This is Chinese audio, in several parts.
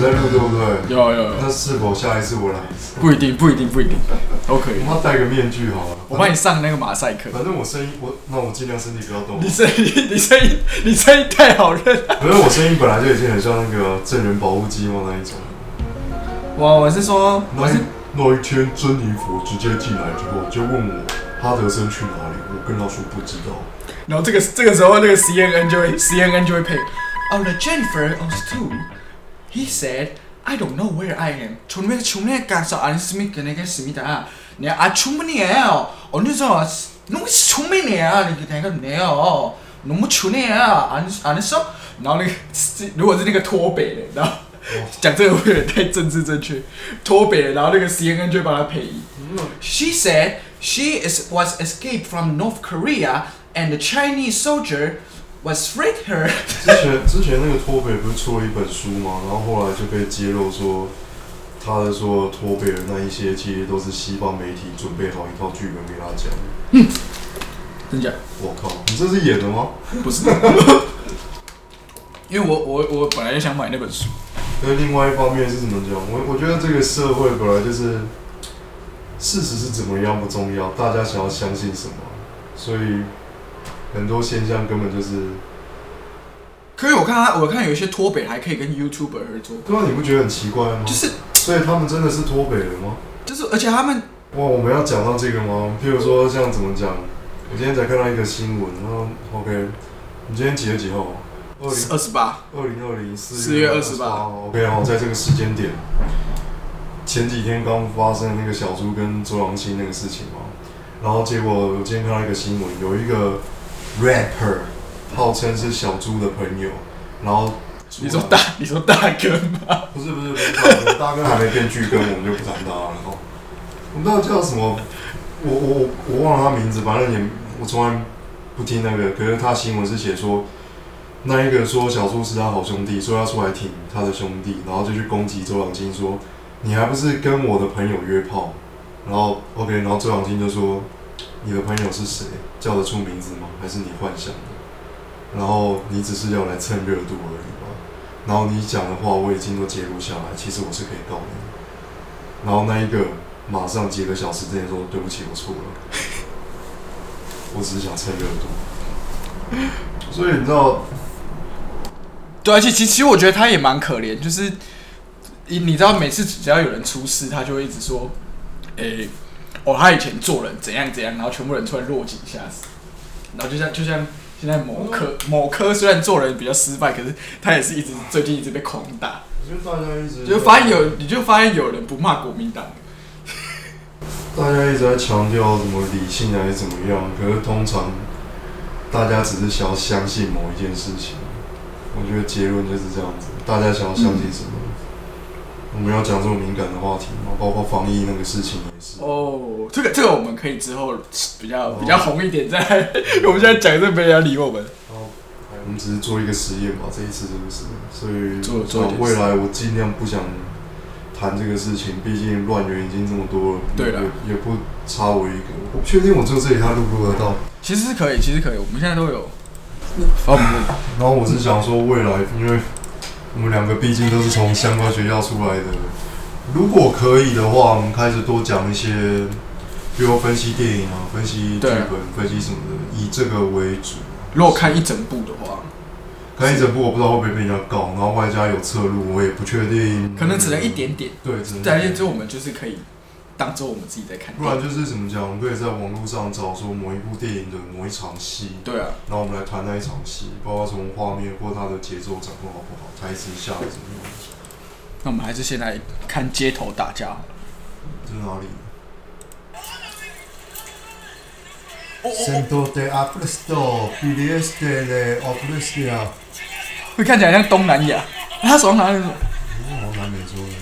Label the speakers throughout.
Speaker 1: 了。
Speaker 2: 有有有，
Speaker 1: 那是否下一次我来？
Speaker 2: 不一定，不一定，不一定，都可以
Speaker 1: 我。要戴个面具好了。
Speaker 2: 我帮你上那个马赛克。
Speaker 1: 反正我声音，我那我尽量身体不要动
Speaker 2: 你。声音，你声音，你声音太好认了。
Speaker 1: 可是我声音本来就已经很像那个证人保护机嘛那一种。
Speaker 2: 我我是说，
Speaker 1: 那一那一天，珍妮佛直接进来之后就问我哈德森去哪里，我跟他说不知道。
Speaker 2: 然后这个这个时候，那个 CNN 就会 CNN 就会配。Oh, the Jennifer on two. He said, "I don't know where I am." 처음에 처음에 가서 안 쓰면 되겠습니다. 네, 아 충분해요. 어느서 너무 충분해요. 이렇게 되겠네요. 너무 추네요. 안, 안 했어? 然后那个如果是那个脱北的，然后讲这个会有点太政治正确，脱北的，然后那个 CNN 就会帮他配音。She said she is, was escaped from North Korea and the Chinese soldier was freed her.
Speaker 1: 之前之前那个脱北不是出了一本书吗？然后后来就被揭露说，他的说脱北的那一些其实都是西方媒体准备好一套剧本给他讲。
Speaker 2: 真假？
Speaker 1: 我靠，你这是演的吗？
Speaker 2: 不是，因为我我我本来就想买那本书。
Speaker 1: 那另外一方面是怎么讲？我我觉得这个社会本来就是，事实是怎么样不重要，大家想要相信什么，所以很多现象根本就是，
Speaker 2: 可是我看他，我看有一些脱北还可以跟 YouTuber 合作，
Speaker 1: 对啊，你不觉得很奇怪吗？
Speaker 2: 就是
Speaker 1: 所以他们真的是脱北人吗？
Speaker 2: 就是，而且他们
Speaker 1: 哇，我们要讲到这个吗？譬如说像怎么讲？我今天才看到一个新闻，然后 OK，你今天几月几号？二零
Speaker 2: 二十八，
Speaker 1: 二零二零四
Speaker 2: 4月28
Speaker 1: OK 好，在这个时间点，前几天刚发生那个小猪跟周扬青那个事情嘛，然后结果我今天看到一个新闻，有一个 rapper 号称是小猪的朋友，然后
Speaker 2: 你说大你说大哥吗？
Speaker 1: 不是不是不是大哥，大哥还没变巨根，我们就不谈他了哦。我不知道叫什么，我我我忘了他名字，反正也我从来不听那个。可是他新闻是写说，那一个说小猪是他好兄弟，说要出来挺他的兄弟，然后就去攻击周扬青说，你还不是跟我的朋友约炮？然后 OK，然后周扬青就说，你的朋友是谁？叫得出名字吗？还是你幻想的？然后你只是要来蹭热度而已吗？然后你讲的话我已经都截录下来，其实我是可以告你的。然后那一个马上几个小时之内说对不起，我错了， 我只是想蹭热度。所以你知道，
Speaker 2: 对，而且其实其实我觉得他也蛮可怜，就是你你知道，每次只要有人出事，他就会一直说，诶、哦，他以前做人怎样怎样，然后全部人出来落井下石，然后就像就像现在某科某科虽然做人比较失败，可是他也是一直最近一直被狂打，
Speaker 1: 我觉得大家一直
Speaker 2: 就发现有你就发现有人不骂国民党，
Speaker 1: 大家一直在强调什么理性还是怎么样，可是通常大家只是想要相信某一件事情。我觉得结论就是这样子，大家想要相信什么？我们要讲这么敏感的话题吗？包括防疫那个事情也 是。
Speaker 2: 哦，这个这个我们可以之后比较比较红一点再来，我们现在讲这没人要理我们，
Speaker 1: 我们只是做一个实验吧，这一次就是，所以
Speaker 2: 做做一点
Speaker 1: 未来我尽量不想谈这个事情，毕竟乱源已经这么多了，
Speaker 2: 对啦
Speaker 1: 也也不差我一个。我不确定我做这里他录不录得到。
Speaker 2: 其实是可以，其实可以，我们现在都有，好，我们
Speaker 1: 然后我是想说，未来因为我们两个毕竟都是从相关学校出来的，如果可以的话，我们开始多讲一些，比如分析电影啊，分析剧
Speaker 2: 对
Speaker 1: 本，分析什么的，以这个为主。
Speaker 2: 如果看一整部的话。
Speaker 1: 嗯可能一整部我不知道会不会被人家告，然后外加有侧录，我也不确定，
Speaker 2: 可能只能一点点，
Speaker 1: 对，只能
Speaker 2: 但是就我们就是可以当做我们自己在看
Speaker 1: 不然就是怎么讲？我们可以在网络上找说某一部电影的某一场戏，
Speaker 2: 对啊，
Speaker 1: 然后我们来谈那一场戏，包括从画面或它的节奏掌控好不好，台词下得怎么样，
Speaker 2: 那我们还是先来看街头打架。
Speaker 1: 这是哪里？
Speaker 2: 哦哦，
Speaker 1: Sento te apresto, pideste le aprestia。
Speaker 2: 会看起来像东南亚，他手上拿那种，
Speaker 1: 我好像南美洲人。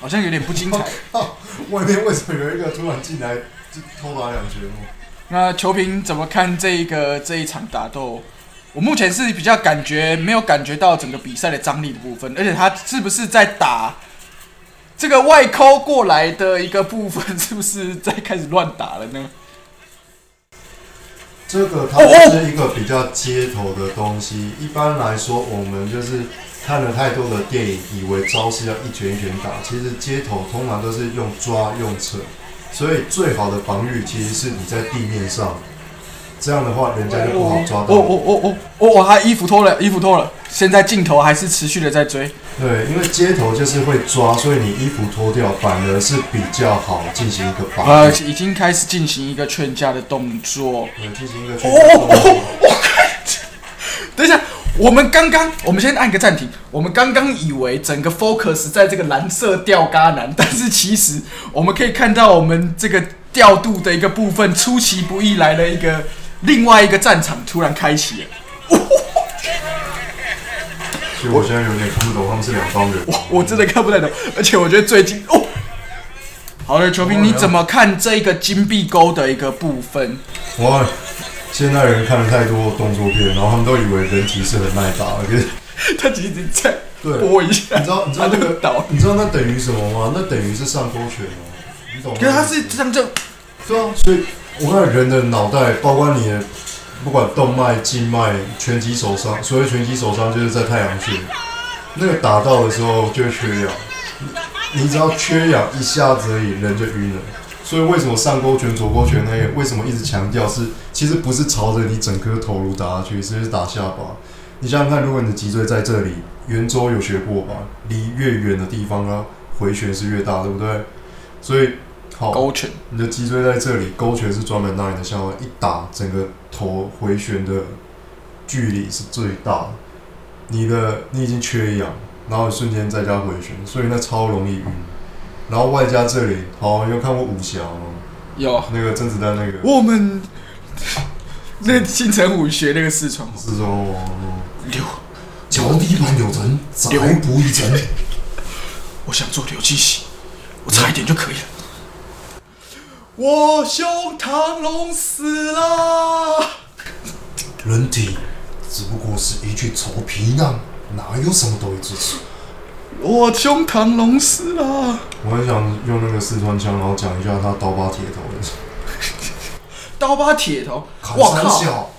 Speaker 2: 好像有点不精彩。
Speaker 1: 外面为什么有一个突然进来就偷打两拳哦？
Speaker 2: 那球评怎么看这一个这一场打斗？我目前是比较感觉没有感觉到整个比赛的张力的部分，而且他是不是在打这个外抠过来的一个部分，是不是在开始乱打了呢？
Speaker 1: 这个它
Speaker 2: 哦哦
Speaker 1: 是一个比较街头的东西。一般来说，我们就是看了太多的电影，以为招式要一拳一拳打。其实街头通常都是用抓用扯，所以最好的防御其实是你在地面上。这样的话，人家就不好抓
Speaker 2: 哦
Speaker 1: 到。
Speaker 2: 哦哦哦哦哦，他衣服脱了，衣服脱了，现在镜头还是持续的在追。
Speaker 1: 对，因为街头就是会抓，所以你衣服脱掉反而是比较好进行一个防
Speaker 2: 呃
Speaker 1: 御，，
Speaker 2: 已经开始进行一个劝架的动作。
Speaker 1: 对进行一个
Speaker 2: 哦
Speaker 1: 去
Speaker 2: 哦哦，我等一下，我们刚刚，我们先按个暂停。我们刚刚以为整个 focus 在这个蓝色吊嘎男，但是其实我们可以看到我们这个调度的一个部分出其不意来了一个另外一个战场突然开启了。
Speaker 1: 其实我现在有点看不懂他们是两方人。
Speaker 2: 我真的看不太懂，而且我觉得最近哦，好了，球
Speaker 1: 哦
Speaker 2: 评，
Speaker 1: 了
Speaker 2: 你怎么看这个金币钩的一个部分？
Speaker 1: 哇，现代人看了太多动作片，然后他们都以为人体是很耐打的，可是
Speaker 2: 他其实在
Speaker 1: 对
Speaker 2: 拨一下，
Speaker 1: 你知道你知道
Speaker 2: 他
Speaker 1: 那
Speaker 2: 就
Speaker 1: 个
Speaker 2: 倒了，
Speaker 1: 你知道那等于什么吗？那等于是上勾拳哦，你懂吗？
Speaker 2: 可是他是这样就
Speaker 1: 对啊，所以我看人的脑袋，包括你的不管动脉、静脉、拳击手伤，所谓拳击手伤就是在太阳穴，那个打到的时候就会缺氧，你你只要缺氧一下子而已，人就晕了。所以为什么上勾拳、左勾拳那个，为什么一直强调是，其实不是朝着你整颗头颅打下去，是打下巴。你想想看，如果你的脊椎在这里，圆周有学过吧？离越远的地方呢，回旋是越大，对不对？所以好，
Speaker 2: 勾拳。
Speaker 1: 你的脊椎在这里，勾拳是专门让你的下巴一打，整个头回旋的距离是最大的。你的你已经缺氧，然后瞬间再加回旋，所以那超容易晕。然后外加这里，好，有看过武侠吗？
Speaker 2: 有
Speaker 1: 那个甄子丹那个
Speaker 2: 我们那新城武学那个四川话
Speaker 1: 四周王，
Speaker 2: 刘，
Speaker 1: 脚底板有人，宅不一人。
Speaker 2: 我想做刘继喜，我差一点就可以了。我兄唐龙死了。
Speaker 1: 人体只不过是一具臭皮囊，哪有什么都一只吃？
Speaker 2: 我胸膛龙死了。
Speaker 1: 我很想用那个四川腔，然后讲一下他刀疤铁头的事。
Speaker 2: 刀疤铁头，
Speaker 1: 砍
Speaker 2: 我
Speaker 1: 三
Speaker 2: 靠，
Speaker 1: 小，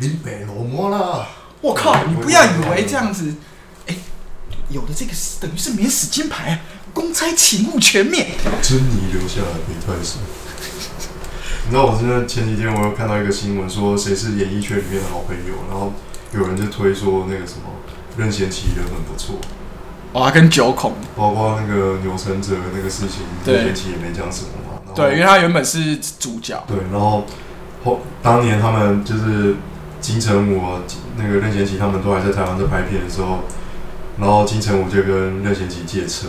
Speaker 1: 林北罗摩啦，
Speaker 2: 我靠，你不要以为这样子，哎、有了这个是等于是免死金牌、啊，公差勤务全面。
Speaker 1: 珍妮留下来陪太师。 你知道我现在前几天我又看到一个新闻，说谁是演艺圈里面的好朋友，然后有人就推说那个什么任贤齐人很不错，
Speaker 2: 哇，跟九孔，
Speaker 1: 包括那个钮承泽那个事情，
Speaker 2: 对
Speaker 1: 任贤齐也没讲什么嘛。然后
Speaker 2: 对，因为他原本是主角，
Speaker 1: 对，然后后当年他们就是金城武、啊、金那个任贤齐他们都还在台湾在拍片的时候，然后金城武就跟任贤齐借车，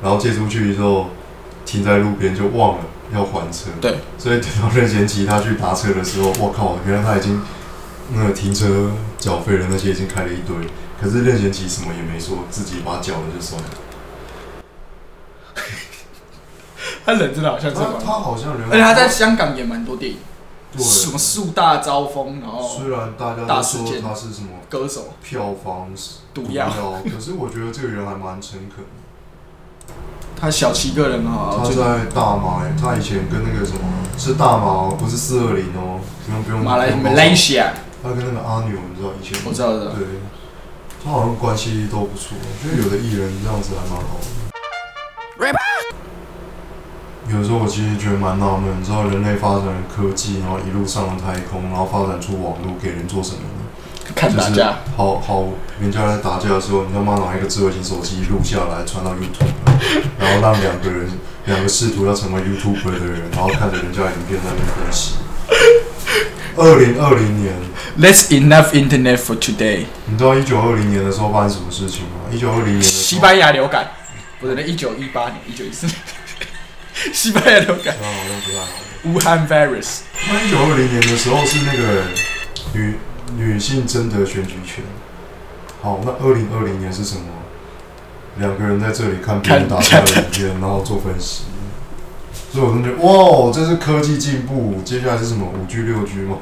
Speaker 1: 然后借出去之后停在路边就忘了要还车，
Speaker 2: 对，
Speaker 1: 所以等到任贤齐他去拿车的时候，我靠，原来他已经那个停车缴费的那些已经开了一堆，可是任贤齐什么也没说，自己把它缴了就算了。
Speaker 2: 他人真的好像是
Speaker 1: 他
Speaker 2: 吧？
Speaker 1: 他好像人，
Speaker 2: 哦而哎且他在香港也蛮多电影，
Speaker 1: 对
Speaker 2: 什么树大招风，然后
Speaker 1: 欸虽然大家
Speaker 2: 大
Speaker 1: 都
Speaker 2: 事
Speaker 1: 说
Speaker 2: 件
Speaker 1: 他是什么
Speaker 2: 歌手
Speaker 1: 票房
Speaker 2: 毒药，
Speaker 1: 可是我觉得这个人还蛮诚恳的。
Speaker 2: 他小七个人啊，
Speaker 1: 他
Speaker 2: 最
Speaker 1: 在大马、欸，他以前跟那个什么是大马哦，不是四二零哦，不用不用。
Speaker 2: 马来
Speaker 1: 不用
Speaker 2: 马来西亚，
Speaker 1: 他跟那个阿牛，你知道以前
Speaker 2: 我知道的。
Speaker 1: 对，他好像关系都不错，我觉得有的艺人这样子还蛮好的。有时候我其实觉得蛮纳闷，你知道人类发展了科技，然后一路上了太空，然后发展出网络，给人做什么呢？
Speaker 2: 看
Speaker 1: 就
Speaker 2: 打
Speaker 1: 是
Speaker 2: 架，
Speaker 1: 好好，人家在打架的时候，你他妈拿一个智慧型手机录下来，传到 YouTube，然后让两个人，两个试图要成为 YouTuber 的人，然后看着人家影片在那边分析。二零二零年，
Speaker 2: That's enough internet for today。
Speaker 1: 你知道一九二零年的时候发生什么事情吗？一九二零年的时
Speaker 2: 西
Speaker 1: 候，
Speaker 2: 班牙流感，不是那一九一八年、一九一四年， 西班牙流感，
Speaker 1: 啊，好像不太好。
Speaker 2: 武汉 virus。
Speaker 1: 那一九二零年的时候是那个女女性征得选举权。好，那二零二零年是什么？两个人在这里看别人打架的影片，然后做分析。所以我真的觉得，哇，这是科技进步。接下来是什么？五 G、六 G 吗？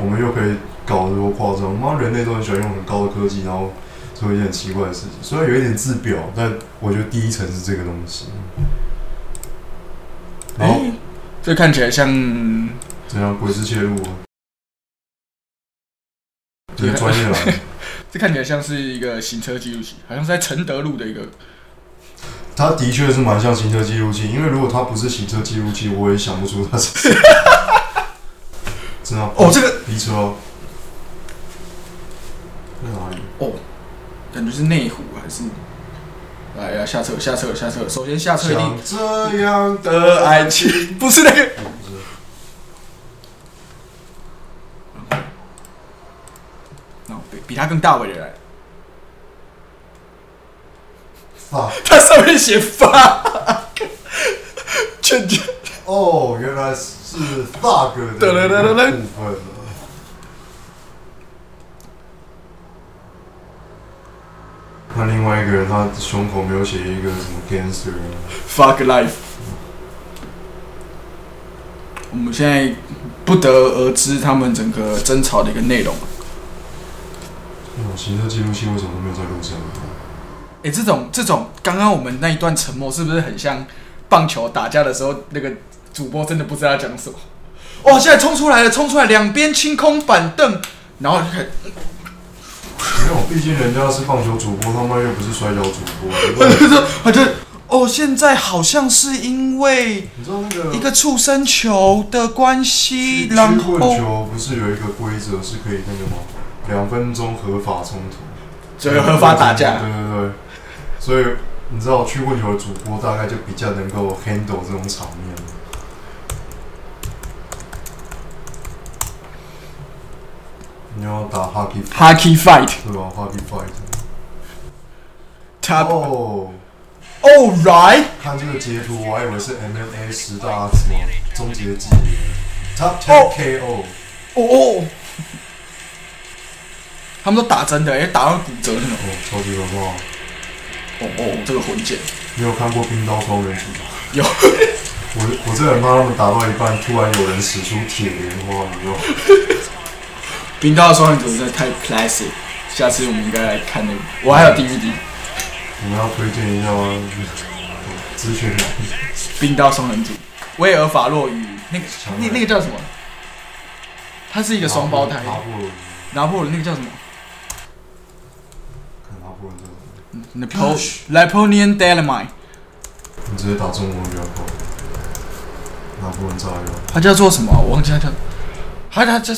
Speaker 1: 我们又可以搞得多夸张？妈，人类都很喜欢用很高的科技，然后做一些很奇怪的事情。虽然有一点自表，但我觉得第一层是这个东西。然后哦
Speaker 2: 哎，这看起来像
Speaker 1: 怎样？鬼子切入啊？
Speaker 2: 啊
Speaker 1: 这个专业来的，
Speaker 2: 这看起来像是一个行车记录器，好像是在承德路的一个。
Speaker 1: 他的确是蛮像行车记录器，因为如果他不是行车记录器，我也想不出他是。真的啊
Speaker 2: 哦，这个
Speaker 1: 逼车哦，在哪里？
Speaker 2: 感觉是内湖还是？来呀，下车，下车，下车。首先下车一定
Speaker 1: 像这样
Speaker 2: 的
Speaker 1: 的爱
Speaker 2: 爱情，不是那个。 哦，比比他更大尾的来，
Speaker 1: 啊！
Speaker 2: 它上面写发， 劝劝。
Speaker 1: 哦，原来是 thug 的
Speaker 2: 噔噔噔噔噔
Speaker 1: 部分。那另外一个人，他胸口没有写一个什么 cancer，
Speaker 2: Fuck life。我们现在不得而知他们整个争吵的一个内容。
Speaker 1: 那种行车记录器为什么都没有在路上？
Speaker 2: 诶，这种这种，刚刚我们那一段沉默是不是很像棒球打架的时候，那个主播真的不知道要讲什么？哇，现在冲出来了，冲出来，两边清空板凳，然后就开始
Speaker 1: 没有，毕竟人家是棒球主播，他妈又不是摔跤主播。
Speaker 2: 他呃就哦，现在好像是因为
Speaker 1: 你知道那个
Speaker 2: 一个触身球的关系，
Speaker 1: 曲
Speaker 2: 然
Speaker 1: 曲棍
Speaker 2: 后
Speaker 1: 球不是有一个规则是可以那个吗？两分钟合法冲突，
Speaker 2: 这个合法打架
Speaker 1: 对。对对，所以你知道曲棍球的主播大概就比较能够 handle 这种场面。你要打 hockey
Speaker 2: Hockey fight，
Speaker 1: 对吧？hockey fight。
Speaker 2: 他
Speaker 1: 哦，
Speaker 2: All right。
Speaker 1: 看这个截图，我还以为是 MMA 十大什么终结技，Top Ten KO。
Speaker 2: 哦哦，他们都打针的、欸，打到骨折那种。
Speaker 1: 哦，超级可怕！
Speaker 2: 哦哦，这个混剪
Speaker 1: 你有看过《冰刀双人组》吗？
Speaker 2: 有，
Speaker 1: 我我这人怕他们打到一半，突然有人使出铁莲花，你知道吗？
Speaker 2: 冰刀的双人组真的太 classic，下次我们应该来看那个。我还有 DVD
Speaker 1: 你们要推荐一下吗？咨询人
Speaker 2: 冰刀双人组，威尔法洛与那个
Speaker 1: 强人
Speaker 2: 那那个叫什么？他是一个双胞胎，
Speaker 1: 拿破仑，
Speaker 2: 拿破仑那个叫什么
Speaker 1: 看拿破仑这种，
Speaker 2: ？Napoleon Napoleon Dynamite，
Speaker 1: 你直接打中文比较快。拿破仑炸药，
Speaker 2: 他叫做什么啊？我忘记他叫，他他这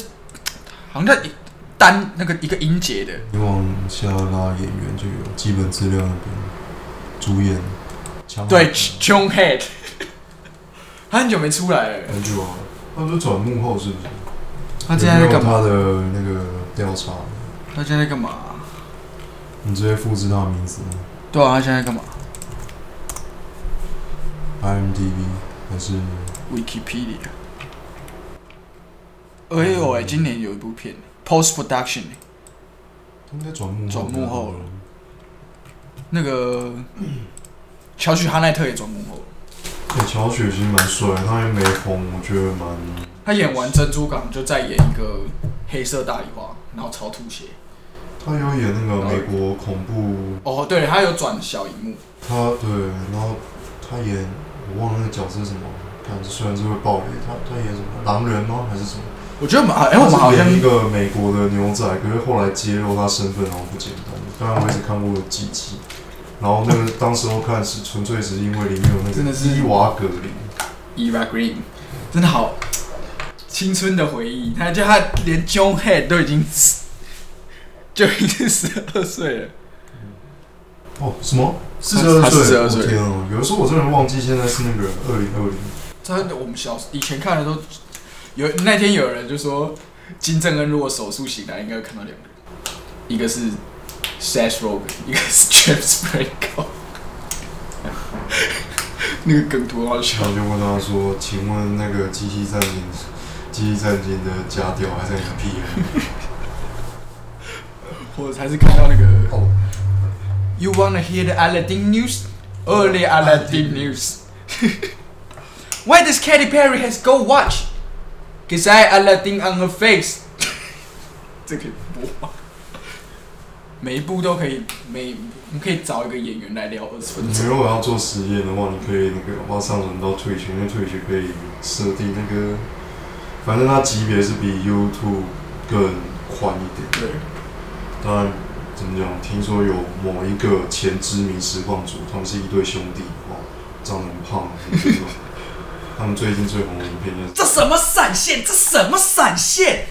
Speaker 2: 好像叫一单那个一个音节的。
Speaker 1: 你往下拉演员就有基本资料那边，主演，强
Speaker 2: 对，John Head，他很久没出来了。
Speaker 1: 很久啊，他不是转幕后是不是？
Speaker 2: 他现在在干
Speaker 1: 有
Speaker 2: 嘛？
Speaker 1: 没有他的那个调查，
Speaker 2: 他现在在干嘛？
Speaker 1: 你直接复制他的名字吗
Speaker 2: 对啊，他现在在干嘛
Speaker 1: ？IMDB 还是？
Speaker 2: ？Wikipedia。哎呦哎，今年有一部片，Post Production，
Speaker 1: 他应该转幕后，
Speaker 2: 转幕后了。那个乔许哈奈特也转幕后了。
Speaker 1: 欸、乔雪其实蛮帅，他也没红，我觉得蛮……
Speaker 2: 他演完《珍珠港》就再演一个黑色大礼花，然后超吐血。
Speaker 1: 他有演那个美国恐怖，
Speaker 2: 哦，对，他有转小荧幕。
Speaker 1: 他对，然后他演我忘了那个角色是什么，看这虽然是会爆雷，他他演什么狼人吗？还是什么？
Speaker 2: 我觉得蛮……哎，我们好
Speaker 1: 他
Speaker 2: 像
Speaker 1: 是演一个美国的牛仔，可是后来揭露他身份好像不简单。当然我也是看过几集，然后那个当时候看是纯粹是因为里面有那
Speaker 2: 真
Speaker 1: 个
Speaker 2: 的是
Speaker 1: 伊瓦格林，
Speaker 2: Eva Green，真的好青春的回忆。啊他就他连 John Head 都已经死就已经十二岁了。
Speaker 1: 哦什么四十
Speaker 2: 他
Speaker 1: 二岁，
Speaker 2: 42
Speaker 1: 我
Speaker 2: 岁
Speaker 1: 天啊！有的时候我真的忘记现在是那个二零二零。
Speaker 2: 他我们小以前看的都有那天有人就说金正恩如果手术醒来，应该会看到两个人，一个是 Sash Rogen，一个是 James Franco。那个梗图很好笑
Speaker 1: 然。后就问他说：“请问那个机器战警，机器战警的家调还在你屁股
Speaker 2: 我还是看到那个
Speaker 1: 哦
Speaker 2: You wanna hear the Aladdin news? Early Aladdin news. Why does Katy Perry has gold watch? Cause I Aladdin on her face. 这可以播吗？每一部都可以，每我们可以找一个演员来聊二十？”分
Speaker 1: 你
Speaker 2: 钟。
Speaker 1: 如果要啊做实验的话，你可以那个把它上传到退群，因为退群可以设定那个，反正它级别是比 YouTube 更宽一点。
Speaker 2: 对，
Speaker 1: 当然，怎么讲？听说有某一个前知名实况主，他们是一对兄弟哦，长得很胖，很健壮他们最近最红的影片就是
Speaker 2: 这什么闪现？这什么闪现？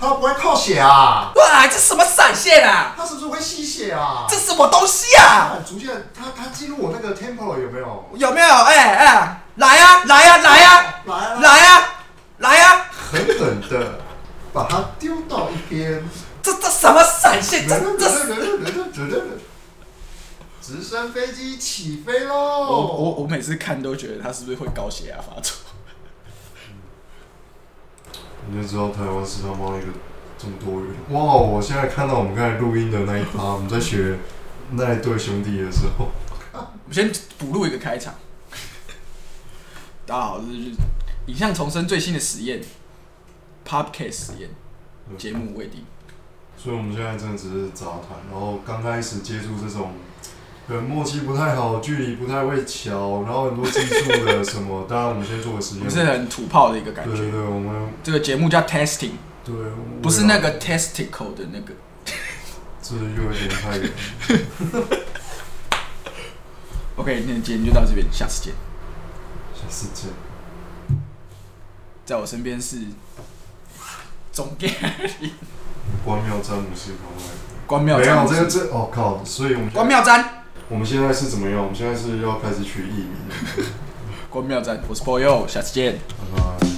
Speaker 1: 他不会靠血啊，
Speaker 2: 哇，这什么闪现啊？
Speaker 1: 他是不是会吸血啊？
Speaker 2: 这什么东西啊？
Speaker 1: 啊，逐渐他他进入我那个 temple 有没有？
Speaker 2: 有没有？哎、哎、来呀、来呀、来
Speaker 1: 来
Speaker 2: 呀、
Speaker 1: 啊
Speaker 2: 来呀、来啊呀、
Speaker 1: 狠狠的把他丢到一边，
Speaker 2: 这这什么闪现？这这
Speaker 1: 直升飞机起飞
Speaker 2: 我我
Speaker 1: 喽！
Speaker 2: 我每次看都觉得他是不是会高血压发作？
Speaker 1: 你就知道台湾是他妈一个这么多元。哇！我现在看到我们刚才录音的那一趴，我们在学那一对兄弟的时候，
Speaker 2: 我们先补录一个开场。大家好，这是影像重生最新的实验，Podcast 实验节目未定。
Speaker 1: 所以我们现在真的只是杂谈。然后刚开始接触这种，可能默契不太好，距离不太会瞧，然后很多技术的什么，当然我们先做个实
Speaker 2: 我
Speaker 1: 验。
Speaker 2: 们是很土炮的一个感
Speaker 1: 对对
Speaker 2: 觉。
Speaker 1: 对，我们
Speaker 2: 这个节目叫 Testing，
Speaker 1: 对，
Speaker 2: 不是那个 testicle 的那个。
Speaker 1: 这又有点太 远。
Speaker 2: OK，那今天就到这边，下次见。
Speaker 1: 下次见。
Speaker 2: 在我身边是总监
Speaker 1: 关庙詹姆斯考外，
Speaker 2: 关妙
Speaker 1: 没有
Speaker 2: 章，
Speaker 1: 这个这哦靠，所以我们
Speaker 2: 关妙章，
Speaker 1: 我们现在是怎么样？我们现在是要开始取艺名了。
Speaker 2: 关妙章，我是 Boyo，下次见。
Speaker 1: 拜拜